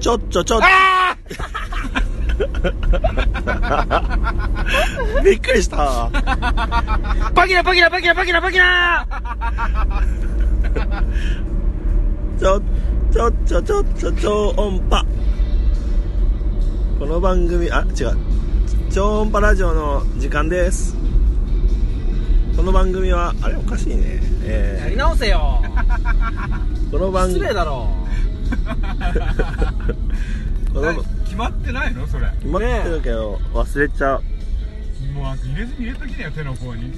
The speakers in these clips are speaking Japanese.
ちょっちょちょっあびっくりしたあバキラバキラバキラバキラバキラちょちょちょちょちょ超音波この番組あ違う超音波ラジオの時間ですこの番組はあれおかしいねやえり直せよー、この番 失組礼だろこの決まってないのそれ決まってるけど忘れちゃうもう入れずに入れときなよ手の甲にうん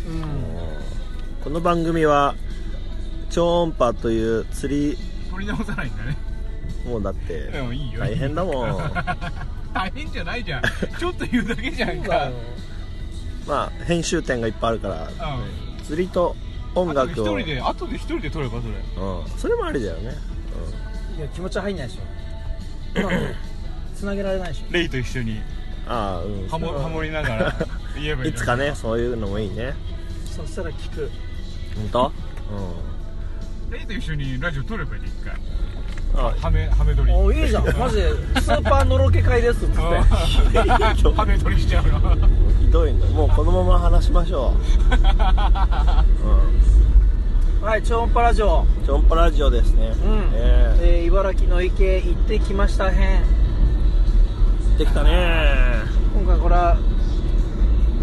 この番組は超音波という釣り取り直さないんだねもうだってでもいいよ大変だもん 大変じゃない じゃんちょっと言うだけじゃんそうかだよまあ編集点がいっぱいあるから釣りとうん音あとで一楽を人であとで一人で取ればそれうん、それもありだよね、いや気持ちは入んないでしょ 今の繋げられないでしょレイと一緒にうん、ああうんハモハモりな がら言えばいいいつかねそういうのもいいねそしたら聞 く本当レイと一緒にラジオ撮ればいいね一回うんあハメハメ撮りおいいじゃんマジでスーパーのろけ会ですっつ って あーハメ撮りしちゃうのひどいんだもうこのまま話しましょ う、はい超音波ラジオうん、チョンパラジオですね、うんえええー茨城の池行ってきましたへんできたね今回これは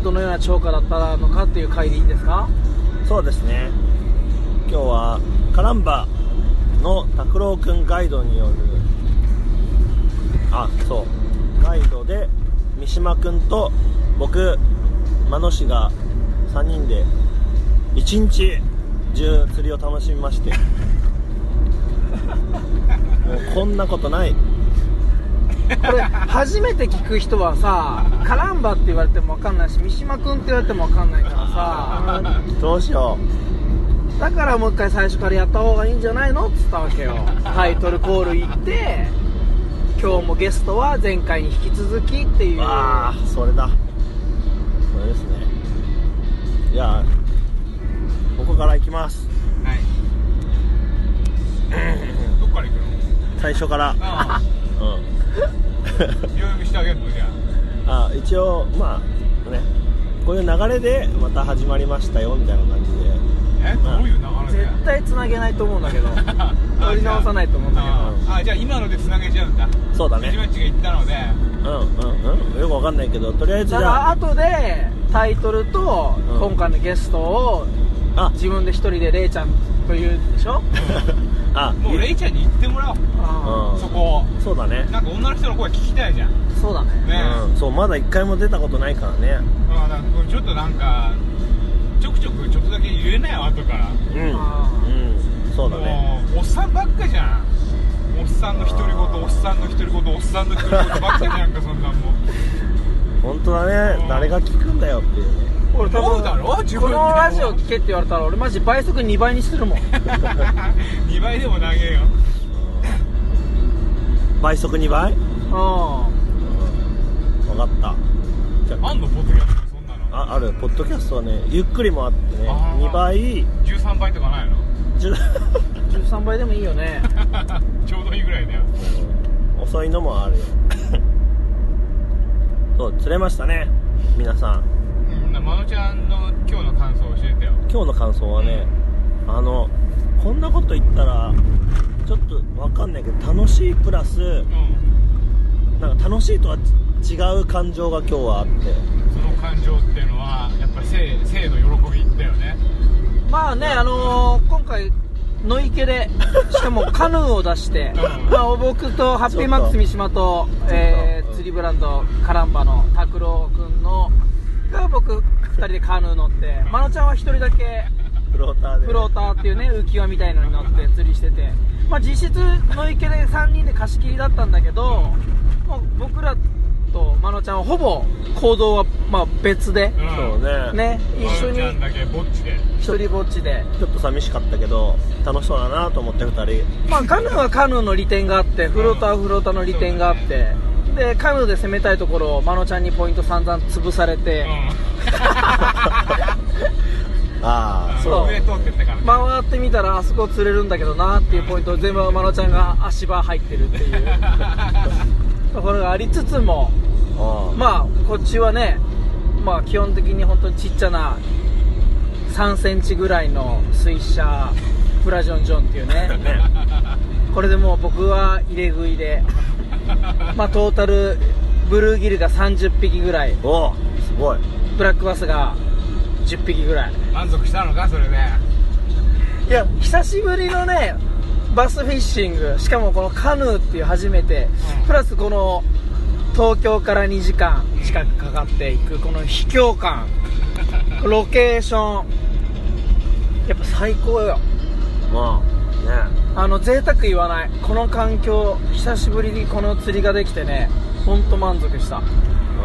どのような超過だったのかっていう回でいいんです かそうですね今日はカランバの拓郎くんガイドによるあそうガイドで三島くんと僕間野氏が3人で一日中釣りを楽しみましてもうこんなことないこれ初めて聞く人はさカランバって言われても分かんないし三島君って言われても分かんないから さどうしよだからもう一回最初からやった方がいいんじゃないのっつったわけよタイトルコール行って今日もゲストは前回に引き続きっていううわあそれだそれですねいやここから行きますはいどっから行くの最初 からあうんあ予約してあげるのじゃあ一応まあねこういう流れでまた始まりましたよみたいな感じであえどういう流れだよ絶対つなげないと思うんだけど取り直さないと思うんだけどあーあじゃあ今のでつなげちゃうんだそうだジねマッチが言ったのでうんうんうんよくわかんないけどとりあえずじだかゃらあ後でタイトルとうん今回のゲストを あ自分で一人でレイちゃんと言うでしょ、あもうレイちゃんに言ってもらおうあうんそこをそうだねなんか女の人の声聞きたいじゃんねーそうだねえ、うんそうまだ一回も出たことないからねまあなんかちょっとなんかちょくちょくちょっとだけ言えないわ後からうんうんそうだねもうおっさんばっかじゃんおっさんの独り言おっさんの独り言おっさんの独り言ばっかじゃんかそんなんも う本当だうねん誰が聞くんだよっていうね俺多思分うだろ自分こでのもラジオ聞けって言われたら俺マジ倍速2倍にするもん2倍でも投げよ倍速2倍う分かったじゃあんのポッドキャストそんなのああるポッドキャストはねゆっくりもあってねあー2倍13倍とかないのじゅん13倍でもいいよねちょうどいいぐらいだよ 遅いのもあるよそう釣れましたね皆さんうんまのちゃんの今日の感想教えてよ今日の感想はね、あのこんなこと言ったらちょっとわかんないけど楽しいプラスうんなんか楽しいとはち違う感情が今日はあってその感情っていうのはやっぱ性性の喜びだよねまあねあのー、今回野池 でしかもカヌーを出して、うんまあ、僕とハッピーマックス三島と、えー釣りブランドカランバの拓郎くんのが僕2人でカヌー乗ってまのちゃんは1人だけフローターでフローターっていうね浮き輪みたいのに乗って釣りしてて、まあ、実質の池で3人で貸し切りだったんだけど、もう僕らとまのちゃんはほぼ行動はまあ別で、うんそうねね一緒まのちゃんにだけぼっちで一人ぼっちで、ちょっと寂しかったけど楽しそうだなと思って2人まあ、カヌーはカヌーの利点があってフローターはフローターの利点があってでカヌーで攻めたいところをまのちゃんにポイント散々潰されて、うああそう上通ってったからね回ってみたらあそこ釣れるんだけどなっていうポイントを全部まのちゃんが足場入ってるっていうところがありつつもうんまあこっちはねまあ基本的に本当にちっちゃな3センチぐらいの水車ブラジョンジョンっていうねねこれでもう僕は入れ食い でまあトータルブルーギルが30匹ぐらいおおすごいブラックバスが10匹ぐらい満足したのかそれで いや久しぶりのねバスフィッシングしかもこのカヌーっていう初めて、うんプラスこの東京から2時間近くかかっていくこの秘境 感ロケーションやっぱ最高よまあねあの贅沢言わないこの環境久しぶりにこの釣りができてねほんと満足した、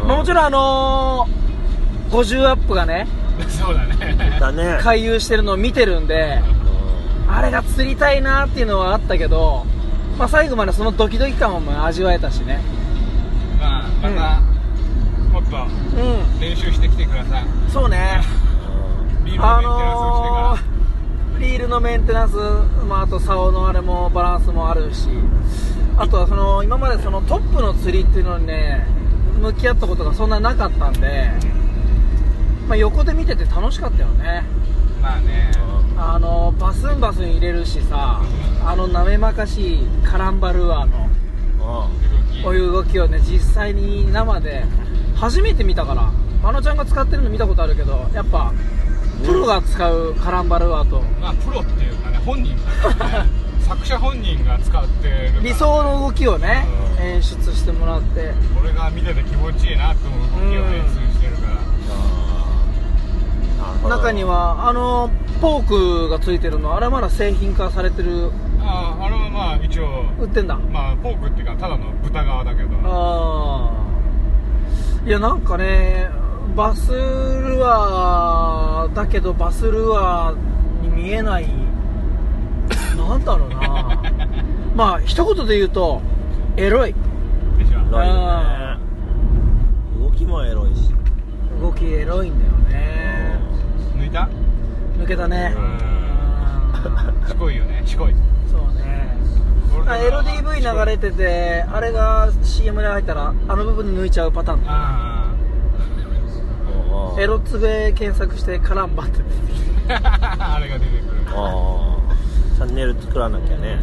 まあもちろんあのー、50アップがねそうだねだね回遊してるのを見てるんでうんあれが釣りたいなっていうのはあったけど、まあ、最後までそのドキドキ感も味わえたしねまあまた、もっとう練習してきてくださいんそうねビールのメンテナンスをしてから、あのー、リールのメンテナンス、まあ、あと竿のあれもバランスもあるしあとはその今までそのトップの釣りっていうのにね向き合ったことがそんななかったんで、まあ、横で見てて楽しかったよねまあねあのバスンバスン入れるしさあのなめまかしいカランバルアーのうんこういう動きをね実際に生で初めて見たからまのちゃんが使ってるの見たことあるけどやっぱプロが使うカランバルアーとまあプロっていうかね本 人が、ね、作者本人が使ってるから理想の動きをねうん演出してもらって俺が見てて気持ちいいなと思う動きを練習してるからあー中にはあのポークがついてるのあれはまだ製品化されてるあああれはまあ一応売ってんだまあポークっていうかただの豚側だけどああいやなんかねバスルアーだけどバスルアーに見えないなんだろ うなまあ一言で言うとエロいでしょエロいよね動きもエロいし動きエロいんだよね抜いた抜けたねうんうんしこいよねしこいそうねあエロ DV 流れててあれが CM で入ったらあの部分抜いちゃうパターンだあうんうんエロつべ検索してカランバって出てきて ああれが出てくるああチャンネル作らなきゃね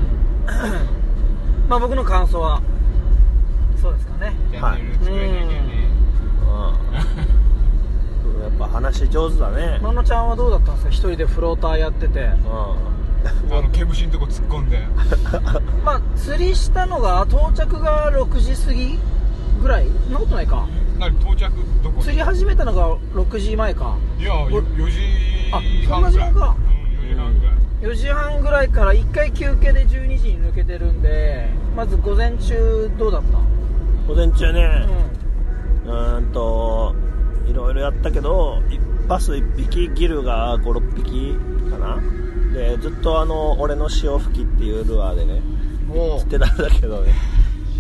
まあ僕の感想はそうですかねチャンネル作れなきゃね うんやっぱ話上手だねまのちゃんはどうだったんですか一人でフローターやっててうあの毛虫のとこ突っ込んでまあ釣りしたのが到着が6時過ぎぐらいそんなことないか何到着どこ釣り始めたのが6時前かいやよお4あ時そんな時半ぐらい間かうん4時半ぐらい4時半ぐらいから1回休憩で12時に抜けてるんでまず午前中どうだったん午前中ねううーんといろいろやったけどいバス1匹ギルが56匹かなでずっとあの俺の潮吹きっていうルアーでねんも釣ってたんだけどね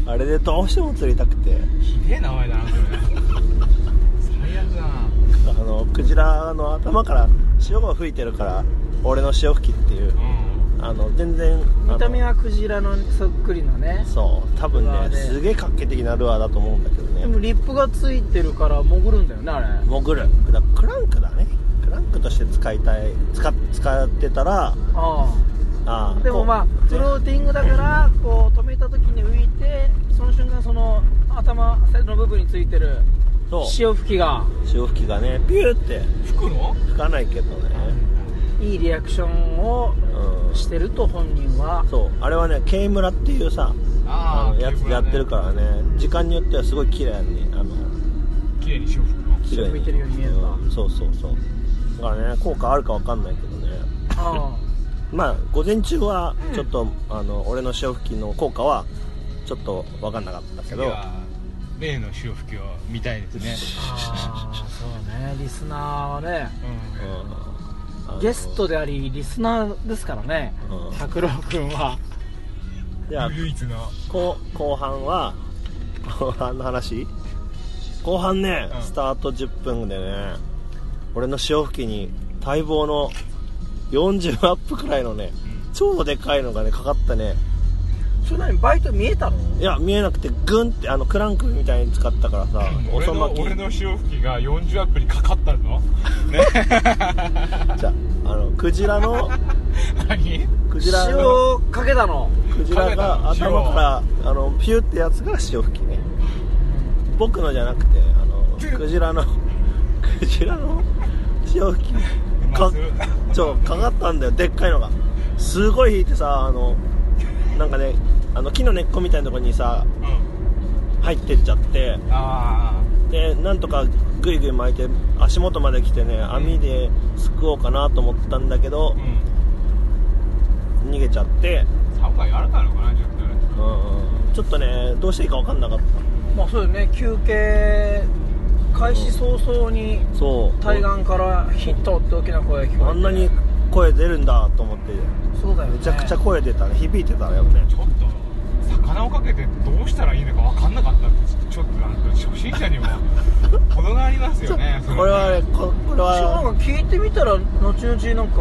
あれでどうしても釣りたくてひでえ名前だなそれ最悪だなあのクジラの頭から潮が吹いてるから俺の潮吹きっていううんあの全然う見た目あはクジラのそっくりのねのそう多分ルアねーですげえ画期的なルアーだと思うんだけどでねもリップがついてるから潜るんだよねあれ潜るだクランクだねクランクとして使いたい使っ使ってたらあああーでもまあこうフローティングだからこう止めた時に浮いてその瞬間その頭の部分についてるそう潮吹きが潮吹きがねピューって吹くの吹かないけどねいいリアクションをうんしてると本人はそうあれはね K 村っていうさああのあやつでやってるからね時間によってはすごい綺麗にあの綺麗に潮吹くの綺麗に吹いてるように見えるなうんそうそうそうだからね効果あるかわかんないけどねあまあ午前中はちょっと、あの俺の潮吹きの効果はちょっとわかんなかったけ次どは例の潮吹きを見たいですねあああそうねリスナーはねうんうんゲストでありリスナーですからねうん拓郎君はじゃあ唯一の後後半は後半の話後半ね、うんスタート10分でね俺の潮吹きに待望の40アップくらいのね超でかいのがねかかったねそれなにバイト見えたのいや見えなくてグンってあのクランクみたいに使ったからさお俺そのまき俺の潮吹きが40アップにかかったのねじゃああのクジラの 何クジラの塩かけたのクジラが食べたの頭からあのピュってやつが潮吹きね僕のじゃなくてあのクジラの クジラの潮吹きまあかそれそうかかったんだよでっかいのがすごい引いてさあのなんかねあの木の根っこみたいなとこにさうん入ってっちゃってあでなんとかぐいぐい巻いて足元まで来てね網ですくおうかなと思ったんだけあどうん逃げちゃって、竿が柔らかいのかなちょっとねうん、ちょっとねどうしていいか分かんなかっまあそうよね休憩開始早々にたそう対岸からヒットって大きな声が聞こえてあんなに声出るんだと思ってそうだよねめちゃくちゃ声出たね響いてたよねちょっと魚をかけてどうしたらいいのか分かんなかったってちょっとなんか初心者には程がありますよねそこれはねここれ私もはなんか聞いてみたら後々なんか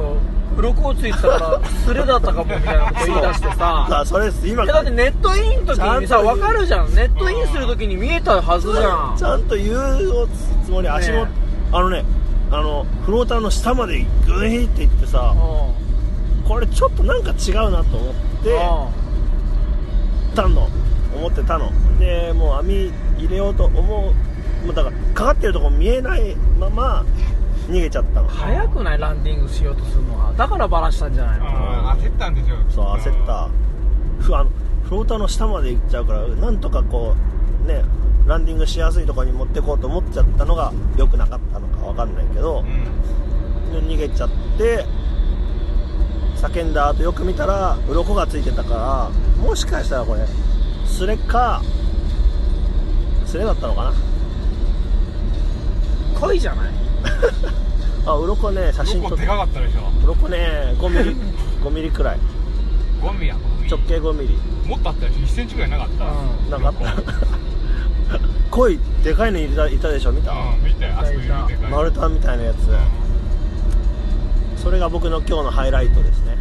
鱗をついてたからスレだったかもみたいなこと言い出してさあそれです今いやだってネットインの時にさ分かるじゃんネットインする時に見えたはずじゃんちゃんと言うつもり足も、ねあのねあのフローターの下までグイっていってさうこれちょっとなんか違うなと思ってんうんたの思ってたのでもう網入れようと思うもうだからかかってるとこ見えないまま逃げちゃったの早くないランディングしようとするのはだからバラしたんじゃないのあ焦ったんでしょきっとそう焦ったふあのフローターの下まで行っちゃうからなんとかこうねランディングしやすいところに持ってこうと思っちゃったのが良くなかったのか分かんないけど、うん逃げちゃって叫んだ後よく見たら鱗がついてたからもしかしたらこれスレかスレだったのか恋じゃないなあ鱗ね写真向撮こっうでかかったでしょ鱗ね5ミリ5ミリくらいゴミやゴミ直径5ミリもっとあったでしょ1センチぐらいなかった、うんなかった濃いでかいのいたいたでしょ見たうん見てあそこいるでかい丸太みたいなやうんつそれが僕の今日のハイライトですね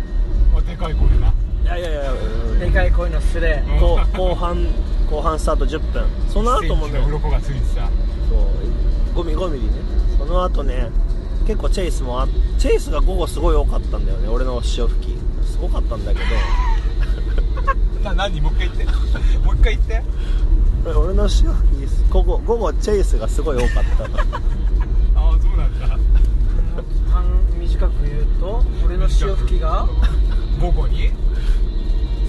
あでかいゴミだいやいやいやうんでかい恋のスレうん後後半後半スタート10分その後も1センチのね鱗がついてたそう5ミリ5ミリねその後ね結構チェイスもあチェイスが午後すごい多かったんだよね俺の潮吹きすごかったんだけな何もう一回言って もう一回言ってど俺の潮吹き午後午後チェイスがすごい多かったのああそうなんだ半短く言うと俺の潮吹きが午後に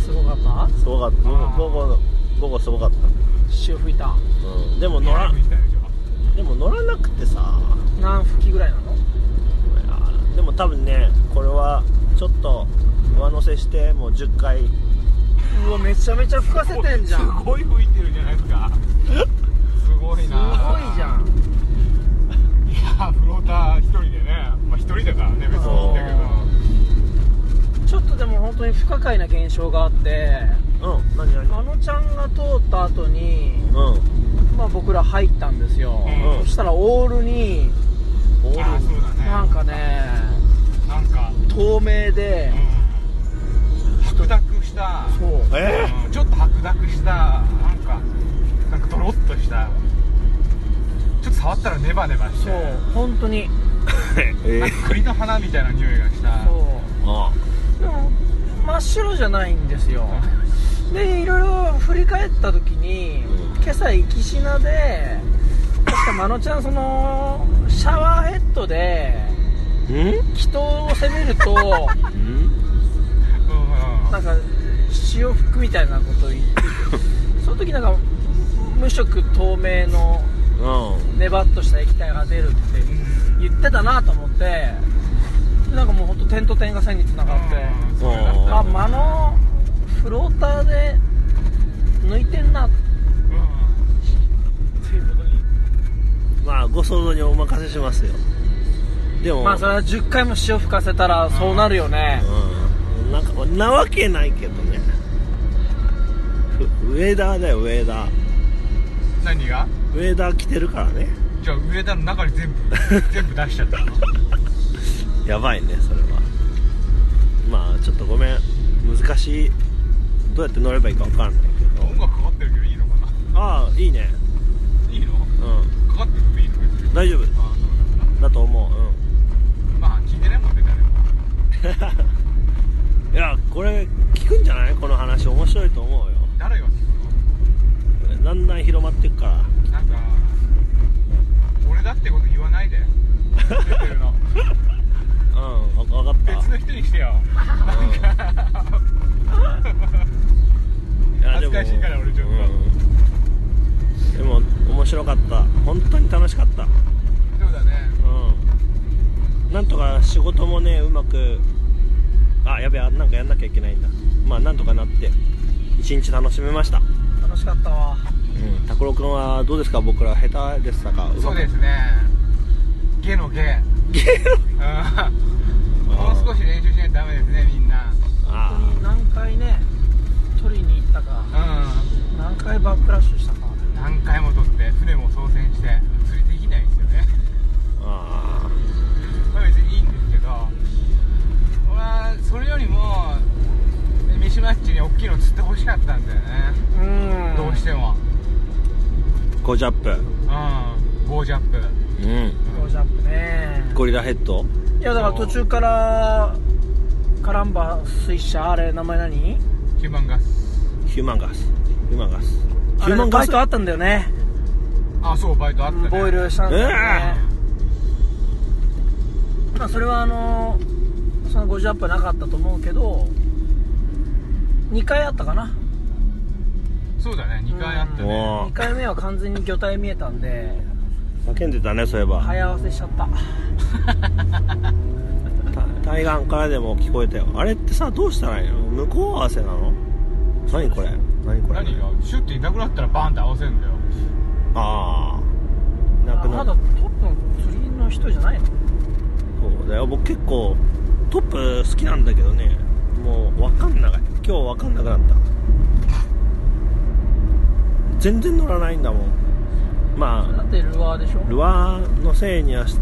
すごかったすごかった午後午後の午後すごかった、潮吹いたうん、でも乗らみたいでしょでも乗らなくてさ何吹きぐらいなのいやーでも多分ねこれはちょっと上乗せしてもう10回うわめちゃめちゃ吹かせてんじゃんすすごい吹いてるじゃないですかすごいごいなじゃんいやフローター一人でねまあ一人だからね別にいいんだけどちょっとでも本当に不可解な現象があってうん何何あのちゃんが通った後にうんまあ僕ら入ったんですよ、うんそしたらオールにボールああそうだねなんかねなんか透明でうん白濁したそうえうんちょっと白濁したなんかなんかドロッとしたちょっと触ったらネバネバしそてう本当にえなんか栗の花みたいな匂いがしたそうあでも真っ白じゃないんですよでいろいろ振り返った時にう今朝行きしなで確かまのちゃんそのシャワーヘッドでうん祈祷を攻めると うんうんうんなんか潮吹くみたいなこと言っててその時なんか無色透明のうんネバッとした液体が出るって言ってたなと思ってでなんかもうほんと点と点が線につながって。うんそうだったあ間のフローターで抜いてんなってうんいうことにまあご想像にお任せしますよでもまあそれは10回も潮吹かせたらそうなるよねうんなんかなわけないけどねふウェーダーだよウェーダー何がウェーダー着てるからねじゃあ上田の中に全部全部出しちゃったのやばいねそれはまあちょっとごめん難しいどうやって乗ればいいか分かんないけど音楽かかってるけどいいのかなああいいねいいのうかかっててもいいの別にん大丈夫あそうなんだだと思ううんまあ聞いてないもんね誰も いやこれ聞くんじゃないこの話面白いと思うよ誰が聞だんだん広まっていくからくのなんか俺だってこと言わないで出てるのうん分かった別の人にしてよなんかいや恥ずかしいから俺ちょっとうんでも面白かった本当に楽しかったそうだねうんなんとか仕事もねうまくあやべえあなんかやんなきゃいけないんだまあなんとかなって一日楽しめました楽しかったうわん拓郎君はどうですか僕ら下手でしたかまくそうですねゲのゲうんもう少し練習しないとダメですねみんなあ本当に何回ね取りに行ったかう何回バックラッシュしたかん何回も取って船も操船して釣りできないんですよねーあまあ別にいいんですけど俺はそれよりもミシマッチに大きいの釣ってほしかったんだよね、うんどうしてもーゴジャップうんゴージャップうんゴージャップねゴリラヘッドいやだから途中からカランバ水車あれ名前何ヒューマンガスヒューマンガスヒューマンガスあヒュれーマンバガイストあったんだよねあそうバイトあったねボイルしたんだよね、まあそれはあのその50アップはなかったと思うけど2回あったかなそうだね2回あったうんねおー2回目は完全に魚体見えたんで叫んでたねそういえば、早合わせしちゃ ったた対岸からでも聞こえたよあれってさどうしたらいいの向こう合わせなの何これ何これ何がシュッていなくなったらバンって合わせるんだよああいなくなまだっトップの釣りの人じゃないのそうだよ僕結構トップ好きなんだけどねもう分かんなかった今日分かんなくなった全然乗らないんだもんだまってルアーでしょあルアーのせいにはし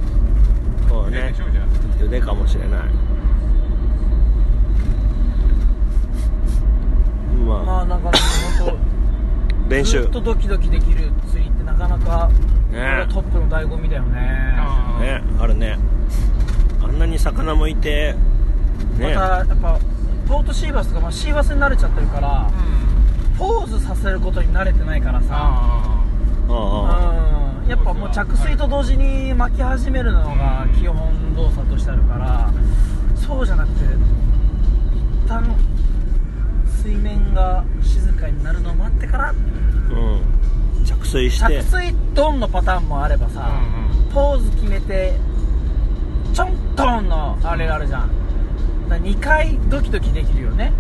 そうねねでしょじゃあ腕かもしれないままあなんかでも本あ当練ず習っとドキドキできる釣りってなかなか、これはトップの醍醐味だよねあーねあるねあんなに魚もいてねまたやっぱボートシーバスとか、まあ、シーバスに慣れちゃってるからうんポーズさせることに慣れてないからさあああうんやっぱもう着水と同時に巻き始めるのが基本動作としてあるからそうじゃなくて一旦水面が静かになるのを待ってからうん着水して着水ドンのパターンもあればあさ、うんうんポーズ決めてちょんとんのあれがあるじゃんだ2回ドキドキできるよね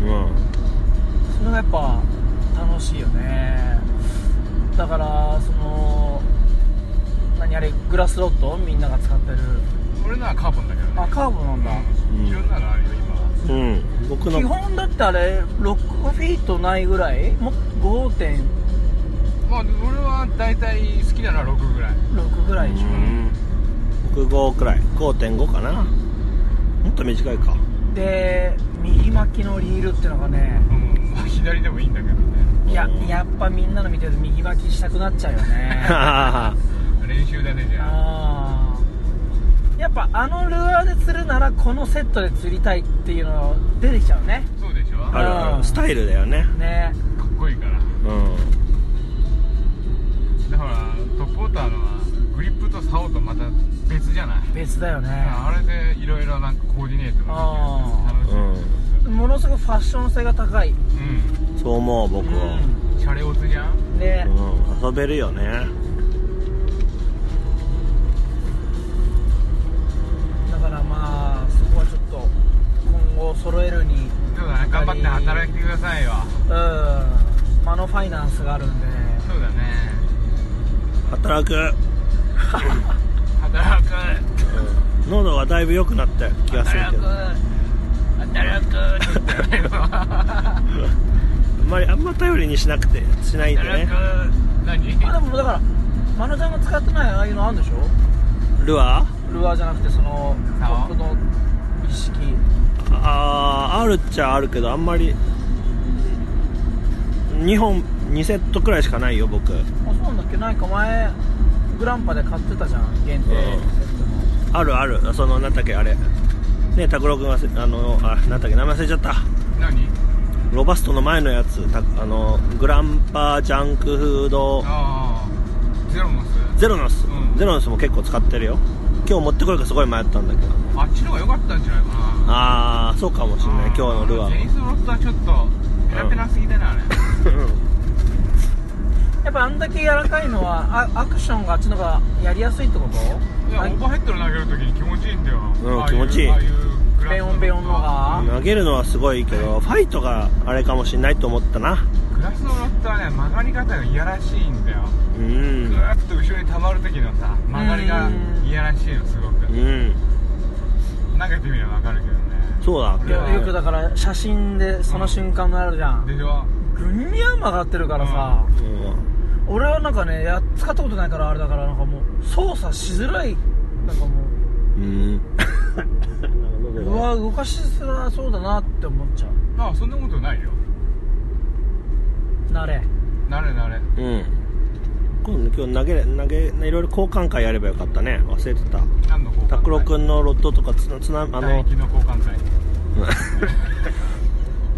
うんうんそれがやっぱ楽しいよねだからその何あれグラスロッドみんなが使ってる俺のはカーボンだけどねあカーブなんだんいろんなのあるようん僕基の本だってあれ6フィートないぐらいも5.6今まあ俺は大体好きなのは6ぐらいぐらいでしょ、うん僕5くらい5.5かなもっと短いかで右巻きのリールってのがねうんまあ左でもいいんだけどねいやうんやっぱみんなの見てると右巻きしたくなっちゃうよねあ練習だねじゃああーやっぱあのルアーで釣るならこのセットで釣りたいっていうの出てきちゃうねそうでしょるかっあるスタイルだよねねこいいからうんだからトップウォーターのはグリップと竿とまた別じゃない別だよねあれでいろいろなんかコーディネートができるから楽しものすごくファッション性が高いいですそう思う僕はうんシャレオツじゃんねうん遊べるよねだからまあそこはちょっと今後揃えるにそうだね頑張って働いてくださいようんマノファイナンスがあるんでそうだね働く働く喉がだいぶ良くなった気がする働けくどあ働くって言ったよ今んまりあんま頼りにしなくてしないで働ねく何あでもだからマノちゃんが使ってないああいうのあるんでしょルアールアーじゃなくてその竿この意識あーあるっちゃあるけどあんまり2本2セットくらいしかないよ僕あそうなんだっけなんか前グランパで買ってたじゃん限定セットの、あるあるそのなんだっけあれね拓郎君がせあのあなんだっけ名前忘れちゃった何ロバストの前のやつたあのグランパージャンクフードああゼロのスゼロノス、うんゼロノスも結構使ってるよ今日持ってこようかすごい迷ったんだけどあっちの方が良かったんじゃないかなああそうかもしんない今日のルアジェーニス・ロットはちょっとペラペラすぎだなあれやっぱあんだけ柔らかいのはあアクションがあっちの方がやりやすいってこといやあオーバーヘッドの投げるときに気持ちいいんだようんああう気持ちいいああうグラスベヨンベヨンのがうん投げるのはすごいけどファイトがあれかもしんないと思ったなグラスのロットはね曲がり方がいやらしいんだようぐんーっと後ろに溜まるときのさ曲がりがいやらしいのすごくうん投げてみればわかるけどねそうだっけよよくだから写真でその瞬間があるじゃんでしょぐんにゃん曲がってるからさ、うん俺はなんかねや使ったことないからあれだからなんかもう操作しづらいなんかもうん ううわ動かしづらそうだなって思っちゃうまあそんなことないよ慣れ慣れ慣れうん今度今日投げれ投げいろいろ交換会やればよかったね忘れてた何の交換拓郎くんのロットとかつなつなああののの交換会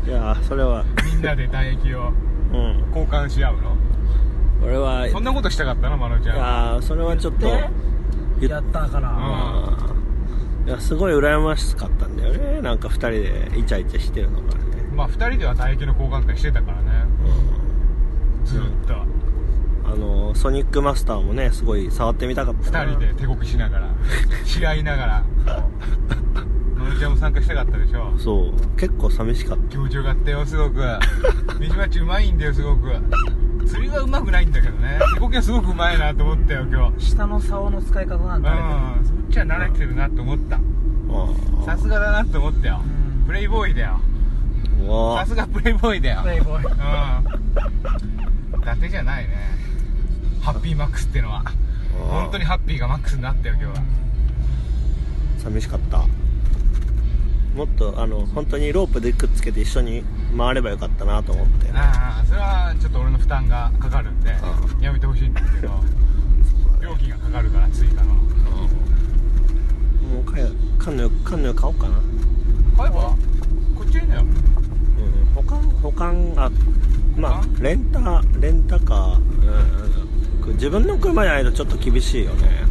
いやそれはみんなで唾液をうん交換し合うの俺はそんなことしたかったのまろちいゃんやそれはちょっとで言っやったから、うんいやすごい羨ましかったんだよねなんか2人でイチャイチャしてるのがね、まあ2人では唾液の交換会してたからねずーっとうん、あのソニックマスターもねすごい触ってみたかったな2人で手こきしながら違いながらこうまろちゃんも参加したかったでしょそう結構寂しかっ気持ちよかったよすごくミジマッチうまいんだよすごく釣りはうまくないんだけどね手こきはすごくうまいなと思ったよ今日下の竿の使い方なんだうんそっちは慣れてるなと思ったたうんさすがだなと思ったようんプレイボーイだようわさすがプレイボーイだよプレイボーイうん伊達じゃないねハッピーマックスってのはうん本当にハッピーがマックスになったよ今日は寂しかったもっとあの本当にロープでくっつけて一緒に回ればよかったなと思ってああそれはちょっと俺の負担がかかるんでうやめてほしいんです けどそうだ料金がかかるから追加のうんもうかよカンヌカンヌ買おうかな買えばこっちいいのようん保管保管あま保あレンタレンタカー、うん、自分の車じゃないとちょっと厳しいよね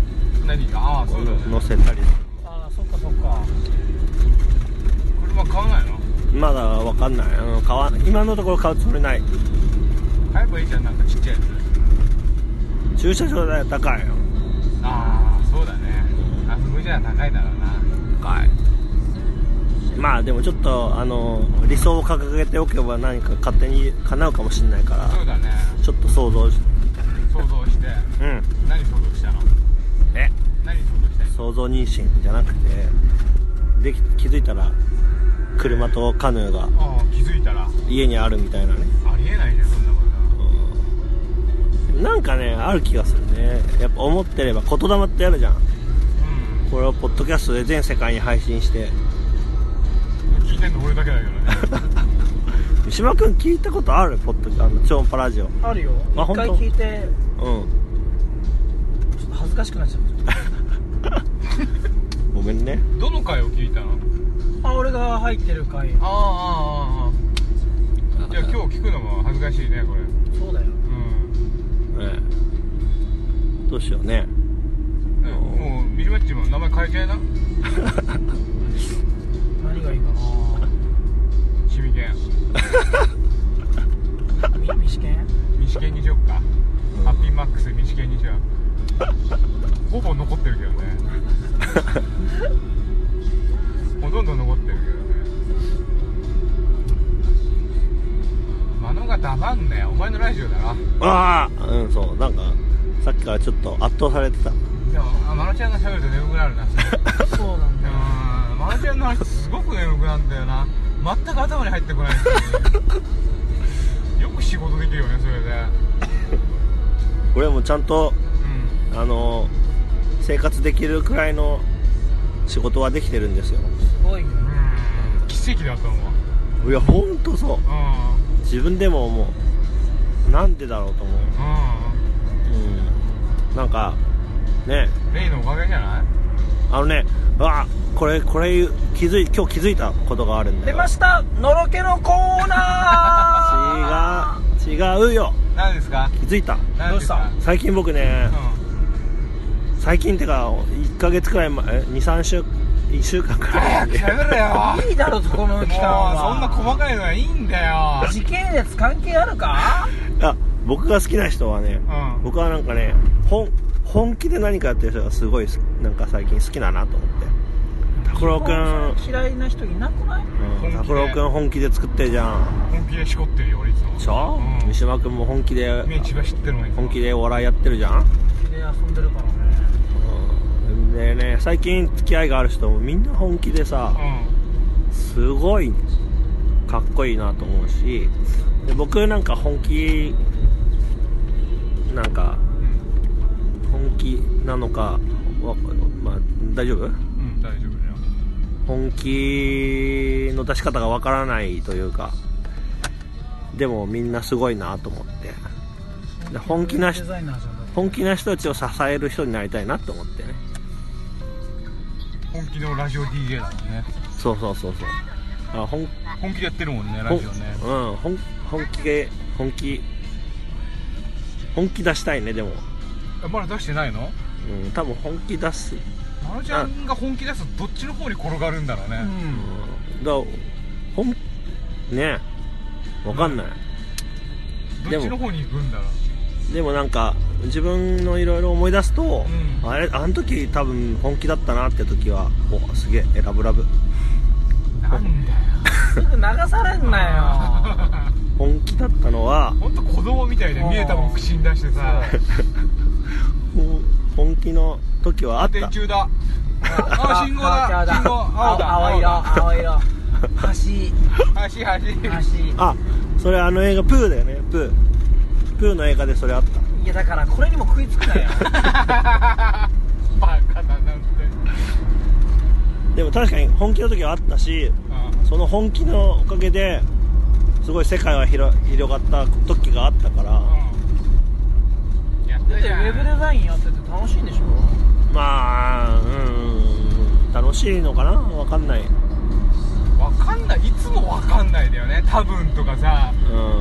何がああそうだよね乗せたりああそっかそっか車買わないのまだわかんない、うん、買わ今のところ買うつもりない買えばいいじゃんなんかちっちゃいやつ駐車場代高いよああそうだねあそこじゃ高いだろうな高いまあでもちょっとあの理想を掲げておけば何か勝手に叶うかもしれないかそうらだねちょっと想像し想像してうん何想像したのえ何想像したい想像妊娠じゃなくてでき気づいたら車とカヌーがああ気づいたら家にあるみたいなねありえないねそんなことなんかねある気がするねやっぱ思ってれば言霊ってあるじゃんうこれをポッドキャストで全世界に配信してん聞いてんの俺だけだけどね三島君聞いたことあるポッドあの超音波ラジオあるよあ一本回当聞いてうちょっと恥ずかしくなっちゃったんごめんねどの回を聞いたのあ俺が入ってる回ああああああいや今日聞くのも恥ずかしいねこれうそうだよん、ええどうしようねねもうミジマッチも名前変えちゃいな何がいいか シミケンなみミシケンミシケンにしよっか、ハッピーマックスミシケンにしようほぼ残ってるけどねほとんど残ってるけどねマノが黙んねお前のラジオだなああうんそうなんかさっきからちょっと圧倒されてたでもあマノちゃんが喋ると眠くなるなうそうなんだよーんマノちゃんの話すごく眠くなんだよな全く頭に入ってこないんだよねよく仕事できるよねそれで俺もちゃんとうんあの生活できるくらいの仕事はできてるんですよすごいよねうん奇跡だと思ういや本当そううん自分でも思うなんでだろうと思うううんなんかねんレイのおかげじゃないあのねあこれこれ気づい今日気づいたことがあるんだ出よましたのろけのコーナー違う違うよ何ですか気づいた何ですか最近僕ねう最近ってか1ヶ月くらい前23週1週間くんら早いく喋れよも ういいだろこの期間そんなは細かいのはいいんだよ時系列関係あるかあ僕が好きな人はねうん僕はなんかね本本気で何かやってる人がすごいすなんか最近好きだなと思って拓郎くん嫌いな人いなくないうん本気で拓郎くん本気で作ってるじゃん本気でしこってるよ俺いつもでしょ、うん三島くんも本気で目千葉知ってるのに本気でお笑いやってるじゃん、で遊んでるからねうん、でね最近付き合いがある人もみんな本気でさうんすごいかっこいいなと思うしで僕なんか本気なんかうん本気なのかわまあ大丈夫うん大丈夫だよ本気の出し方がわからないというかでもみんなすごいなと思ってで本気なデ人ザイナーじゃんだって本気な人たちを支える人になりたいなと思ってね本気のラジオ DJ だもんねそうそうそうそうあ本本気でやってるもんねラ本ジオねうん本本気で本気本気出したいねでもえまだ出してないのうん多分本気出す、まるちゃんが本気出すとどっちの方に転がるんだろうねうんうん、だほんねえわかんない、どっちの方に行くんだろうでもなんか自分のいろいろ思い出すと、うんあれあの時多分本気だったなって時はおすげえラブラブなんだよすぐ流されん なよ本気だったのは本当子供みたいで見えたもん口に出してさほん本気の時はあっ電た柱だあ信号だ信号青青だ青色青色橋橋橋橋あそれあの映画プーだよねプープーの映画でそれあったいやだからこれにも食いつく なよバカだなんてでも確かに本気の時はあったしその本気のおかげですごい世界は広広がった時があったからうんやっだたってウじゃんェブデザインやってて楽しいんでしょまあうん楽しいのかなわかんないわかんないいつもわかんないだよね多分とかさ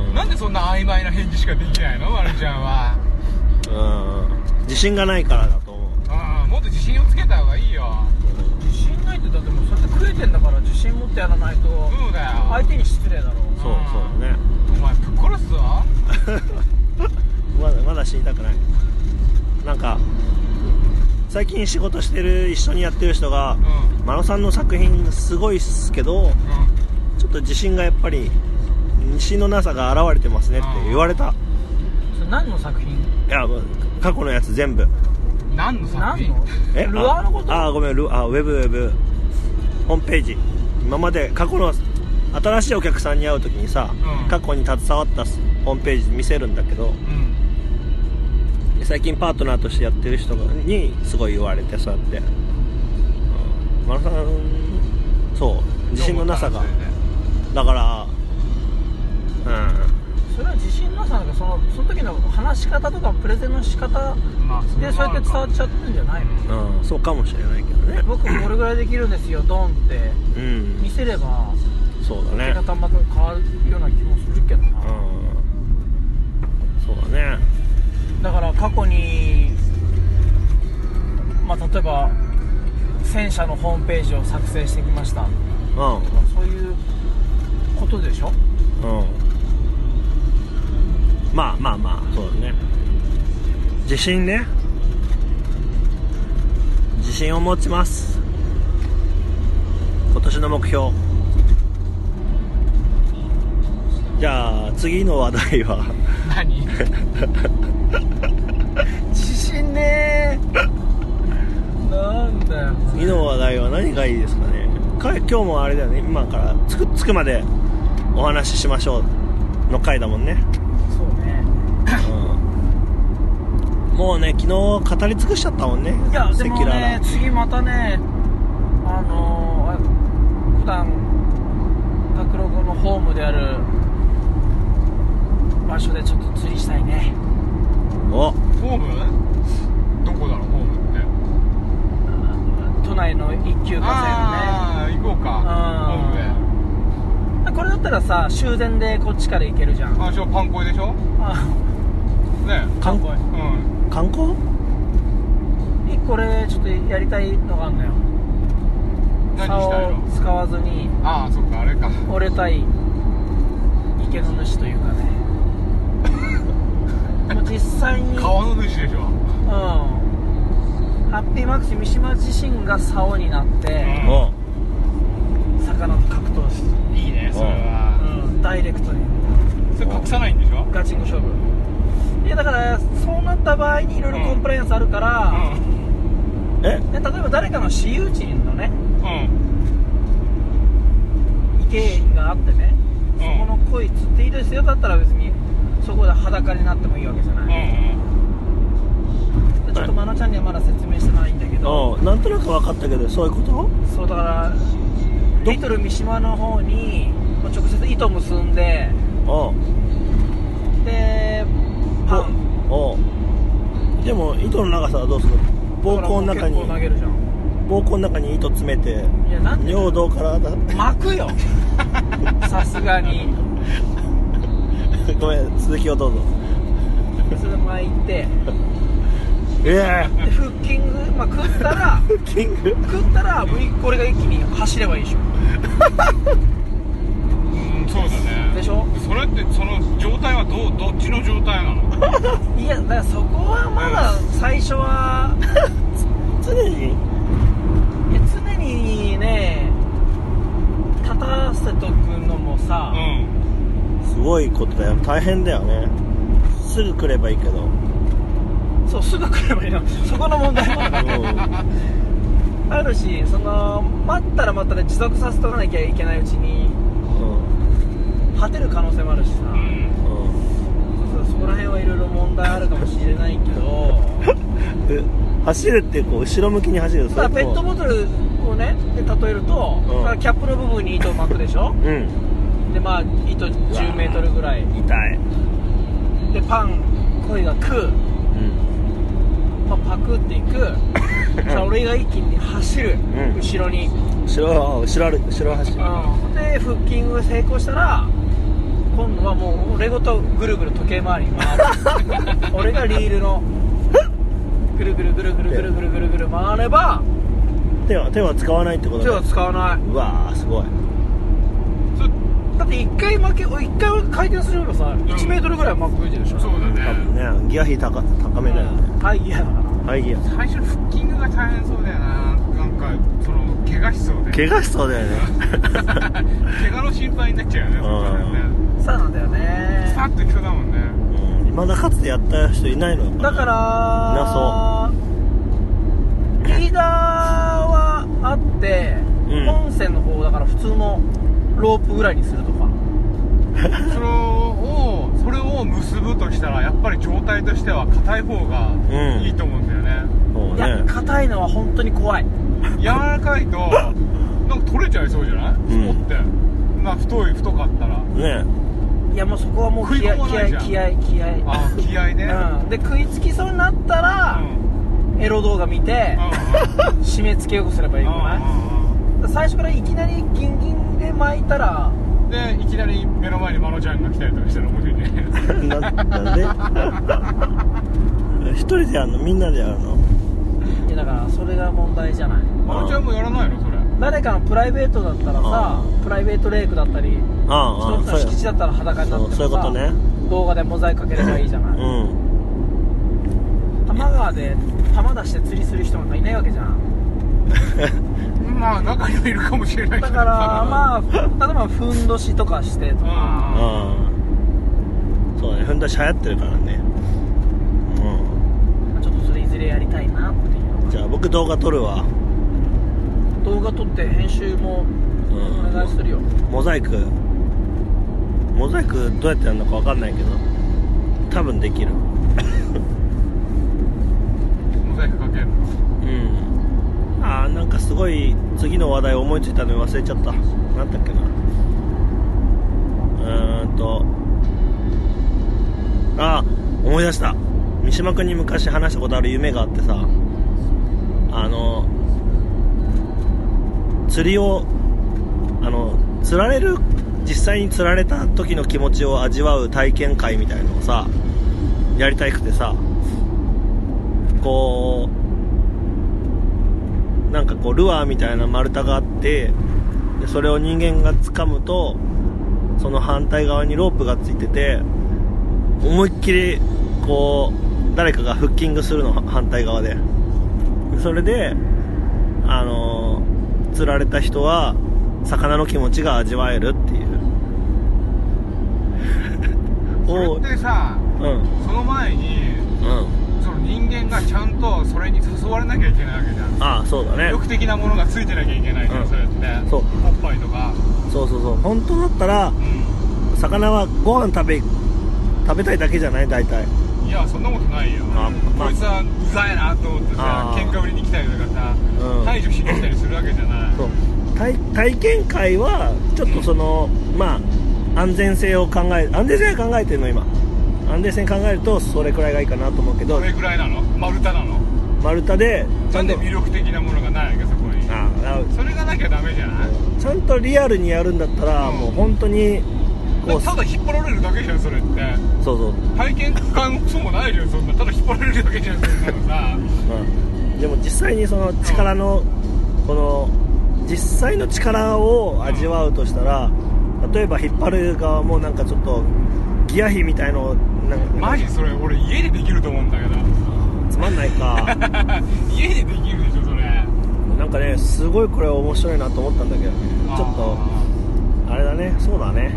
うんなんでそんな曖昧な返事しかできないのまるちゃんはうん自信がないからだと思う、うんもっと自信をつけた方がいいよ自信ないってだってもうそうやって食えてんだから自信持ってやらないとそうだよ相手に失礼だろそうそうねお前ぶっ殺すぞまだまだ死にたくないなんか最近仕事してる一緒にやってる人がうんうん真野さんの作品すごいっすけどちょっと自信がやっぱり自信のなさが現れてますねって言われたそれ何の作品いやもう過去のやつ全部何の作何品のえルアーのことああごめんルあウェブウェブホームページ今まで過去の新しいお客さんに会う時にさ、うん過去に携わったホームページ見せるんだけどうん最近パートナーとしてやってる人がにすごい言われてそうやってうんマラさんそう自信のなさがだからそれは自信なさなんかそのその時の話し方とかプレゼンの仕方まあでそうやって伝わっちゃっってるんじゃないのうん、うん、そうかもしれないけどね僕これぐらいできるんですよドンってうん見せればそうだ見ね方また変わるような気もするけどうな、んそうだねだから過去にまあ例えば戦車のホームページを作成してきましたうそういうことでしょんうんまあまあまあそうだね自信ね自信を持ちます今年の目標じゃあ次の話題は 何自信ねーなんだよ次の話題は何がいいですかねか今日もあれだよね今からつくつくまでお話ししましょうの回だもんね、そうねうんもうね昨日語り尽くしちゃったもんねいやで赤も裸ね々次またねあのー、普段拓郎君のホームである場所でちょっと釣りしたいねおホームどこだろうホームって都内の一級河川ああ行こうかあーホームねこれだったらさ終電でこっちから行けるじゃんであそうパン粉でしょあねかっこいいうん観光一個俺ちょっとやりたいのがあんのよ何した竿いのを使わずにああそっかあれか折れたい池の主というか ねもう実際に川の主でしょうんハッピーマックス三島自身が竿になってお魚と格闘し、いいねそれはうん、ダイレクトにそれ隠さないんでしょガチンコ勝負いやだからそうなった場合にいろいろコンプライアンスあるから、うえで例えば誰かの私有地のねんうん池があってね、うんそこの鯉釣っていいですよだったら別にそこで裸になってもいいわけじゃうんうない、んでちょっとまなちゃんにはまだ説明してないんだけど、おなんとなく分かったけどそういうこそうだからリトル三島の方にもう直接糸結んでとおでパンおでも糸の長さはどうするの膀胱の中にだからもう結構投げるじゃん膀胱の中に糸詰めていやなんで尿道からだ 巻くよさすがにごめん続きをどうぞそれで巻いてえでフッキング、まあ、食ったらえー、キング食ったらぶりこれが一気に走ればいいでしょうんそうだねでしょそれってその状態はどうどっちの状態なのいやだからそこはまだ最初は常にいや常にね立たせとくのもさ、うんすごいことだよ大変だよねすぐ来ればいいけどそうすぐ来ればいいのそこの問 題もあるしその待ったら待ったで持続させとかなきゃいけないうちにうん果てる可能性もあるしさ、うんうんそうそこら辺はいろいろ問題あるかもしれないけ どうんえ走るってこう後ろ向きに走るそただれともペットボトルをねで例えると、うんまあキャップの部分に糸を巻くでしょうんでまあ糸1 0ルぐらい痛いでパン鯉が食う、うんまあ、パクっていくさあ俺が一気に走る、うん後ろに、後ろ後ろ歩後ろ走るうん、でフッキング成功したら今度はもう俺ごとぐるぐる時計回りに回る俺がリールのぐるぐるぐるぐるぐるぐるぐるぐる回れば手は手は使わないってこと手だは使わないうわーすごいそだって一回負け一回回転するよりもさ1メートルぐらい巻くべきでしょそうだ多ね分ねギア比高高めだよねはいいやだからはいギア最初の腹筋が大変そうだよななんかその怪我しそうで怪我しそうだよね 怪我の心配になっちゃうよね、そこからね。そうなんだよねスパッと人だもんね。いまだかつてやった人いないのだらからリーダーはあって、うん本線の方だから普通のロープぐらいにするとかそれを、それを結ぶとしたら、やっぱり状態としては硬い方がいいと思うんだよね。そういやね硬いのは本当に怖い柔らか いと、なんか取れちゃいそうじゃないスポって。まあ、太い、太かったら。ねいやもうそこはもう食い気合込まない気じゃ合ん気合気合あー、気合ね。うん、で食いつきそうになったうら、ん。うん。エロ動画見て、締め付けよくすればいいんじゃないうん。だから最初からいきなりギンギンで巻いたらうん。で、いきなり目の前にマロちゃんが来たりとかしたら面白いね。な なんで一人でやるのみんなでやるのいやだからそれが問題じゃないマロちゃんもやらないのそれ。誰かのプライベートだったらさプライベートレイクだったりああ一つの敷地だったら裸になってもさそうそういうことね動画でモザイクかければいいじゃない、うん多摩川で玉出して釣りする人なんかいないわけじゃんまあ、中にはいるかもしれないだけど。からまあ例えばふんどしとかしてとかうん。ああそうねふんだし流行ってるからねまあちょっとそれいずれやりたいなっていううんじゃあ僕動画撮るわ動画撮って編集もうお願いすんるよ、モザイクモザイクどうやってやるのか分かんないけど多分できるモザイクかけるうんあーなんかすごい次の話題思いついたのに忘れちゃったなんだっけなうーんとあー思い出した三島君に昔話したことある夢があってさあの釣りをあの釣られる実際に釣られた時の気持ちを味わう体験会みたいのをさやりたくてさこうなんかこうルアーみたいな丸太があってでそれを人間が掴むとその反対側にロープがついてて思いっきりこう誰かがフッキングするの反対側ででそれであのー釣られた人は魚の気持ちが味わえるっていう それおうってさうんその前にうんその人間がちゃんとそれに誘われなきゃいけないわけじゃんああそうだね魅力的なものがついてなきゃいけないじゃん、うんそれってそうおっぱいとかそうそうそう本当だったらう魚はご飯食べ食べたいだけじゃない大体んいやそんなことないよ、あまあこいつはうざいなと思ってさあー喧嘩売りに来たりとかさ、うん排除しに来たりするわけじゃないそう体体験会はちょっとそのまあ安全性を考え安全性は考えてるの今安全性考えるとそれくらいがいいかなと思うけどどれくらいなの丸太なの丸太でちなゃんんでと魅力的なものがないわけそこにああそれがなきゃダメじゃないちゃんとリアルにやるんだったら、うんもう本当にこうただ引っ張られるだけじゃんそれってそうそう、体験感そうもないよそんなただ引っ張られるだけじゃんそんなのさうん、でも実際にその力のこの実際の力を味わうとしたら例えば引っ張る側もなんかちょっとギア比みたいのをなんかマジそれ俺家でできると思うんだけどつまんない か家でできるでしょそれなんかねすごいこれ面白いなと思ったんだけどねちょっとあれだねそうだね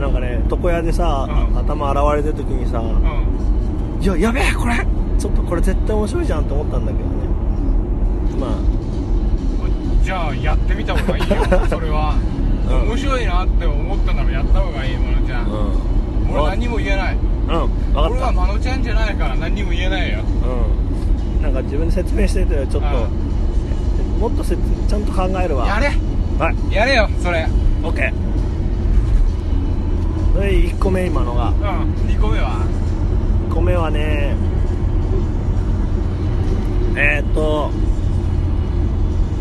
なんかね床屋でさ、うん頭洗われてる時にさ「あーうんいややべえこれちょっとこれ絶対面白いじゃん」と思ったんだけどねまじゃあやってみた方がいいよ それは、うん面白いなって思ったならやった方がいいものちゃあん、うん俺何も言えないうん分かっ俺たはまのちゃんじゃないから何にも言えないようんなんか自分で説明しててちょっともっとせつちゃんと考えるわやれはいやれよそれ OK それ1個目今のがうん2個目は1個目はねえー、っと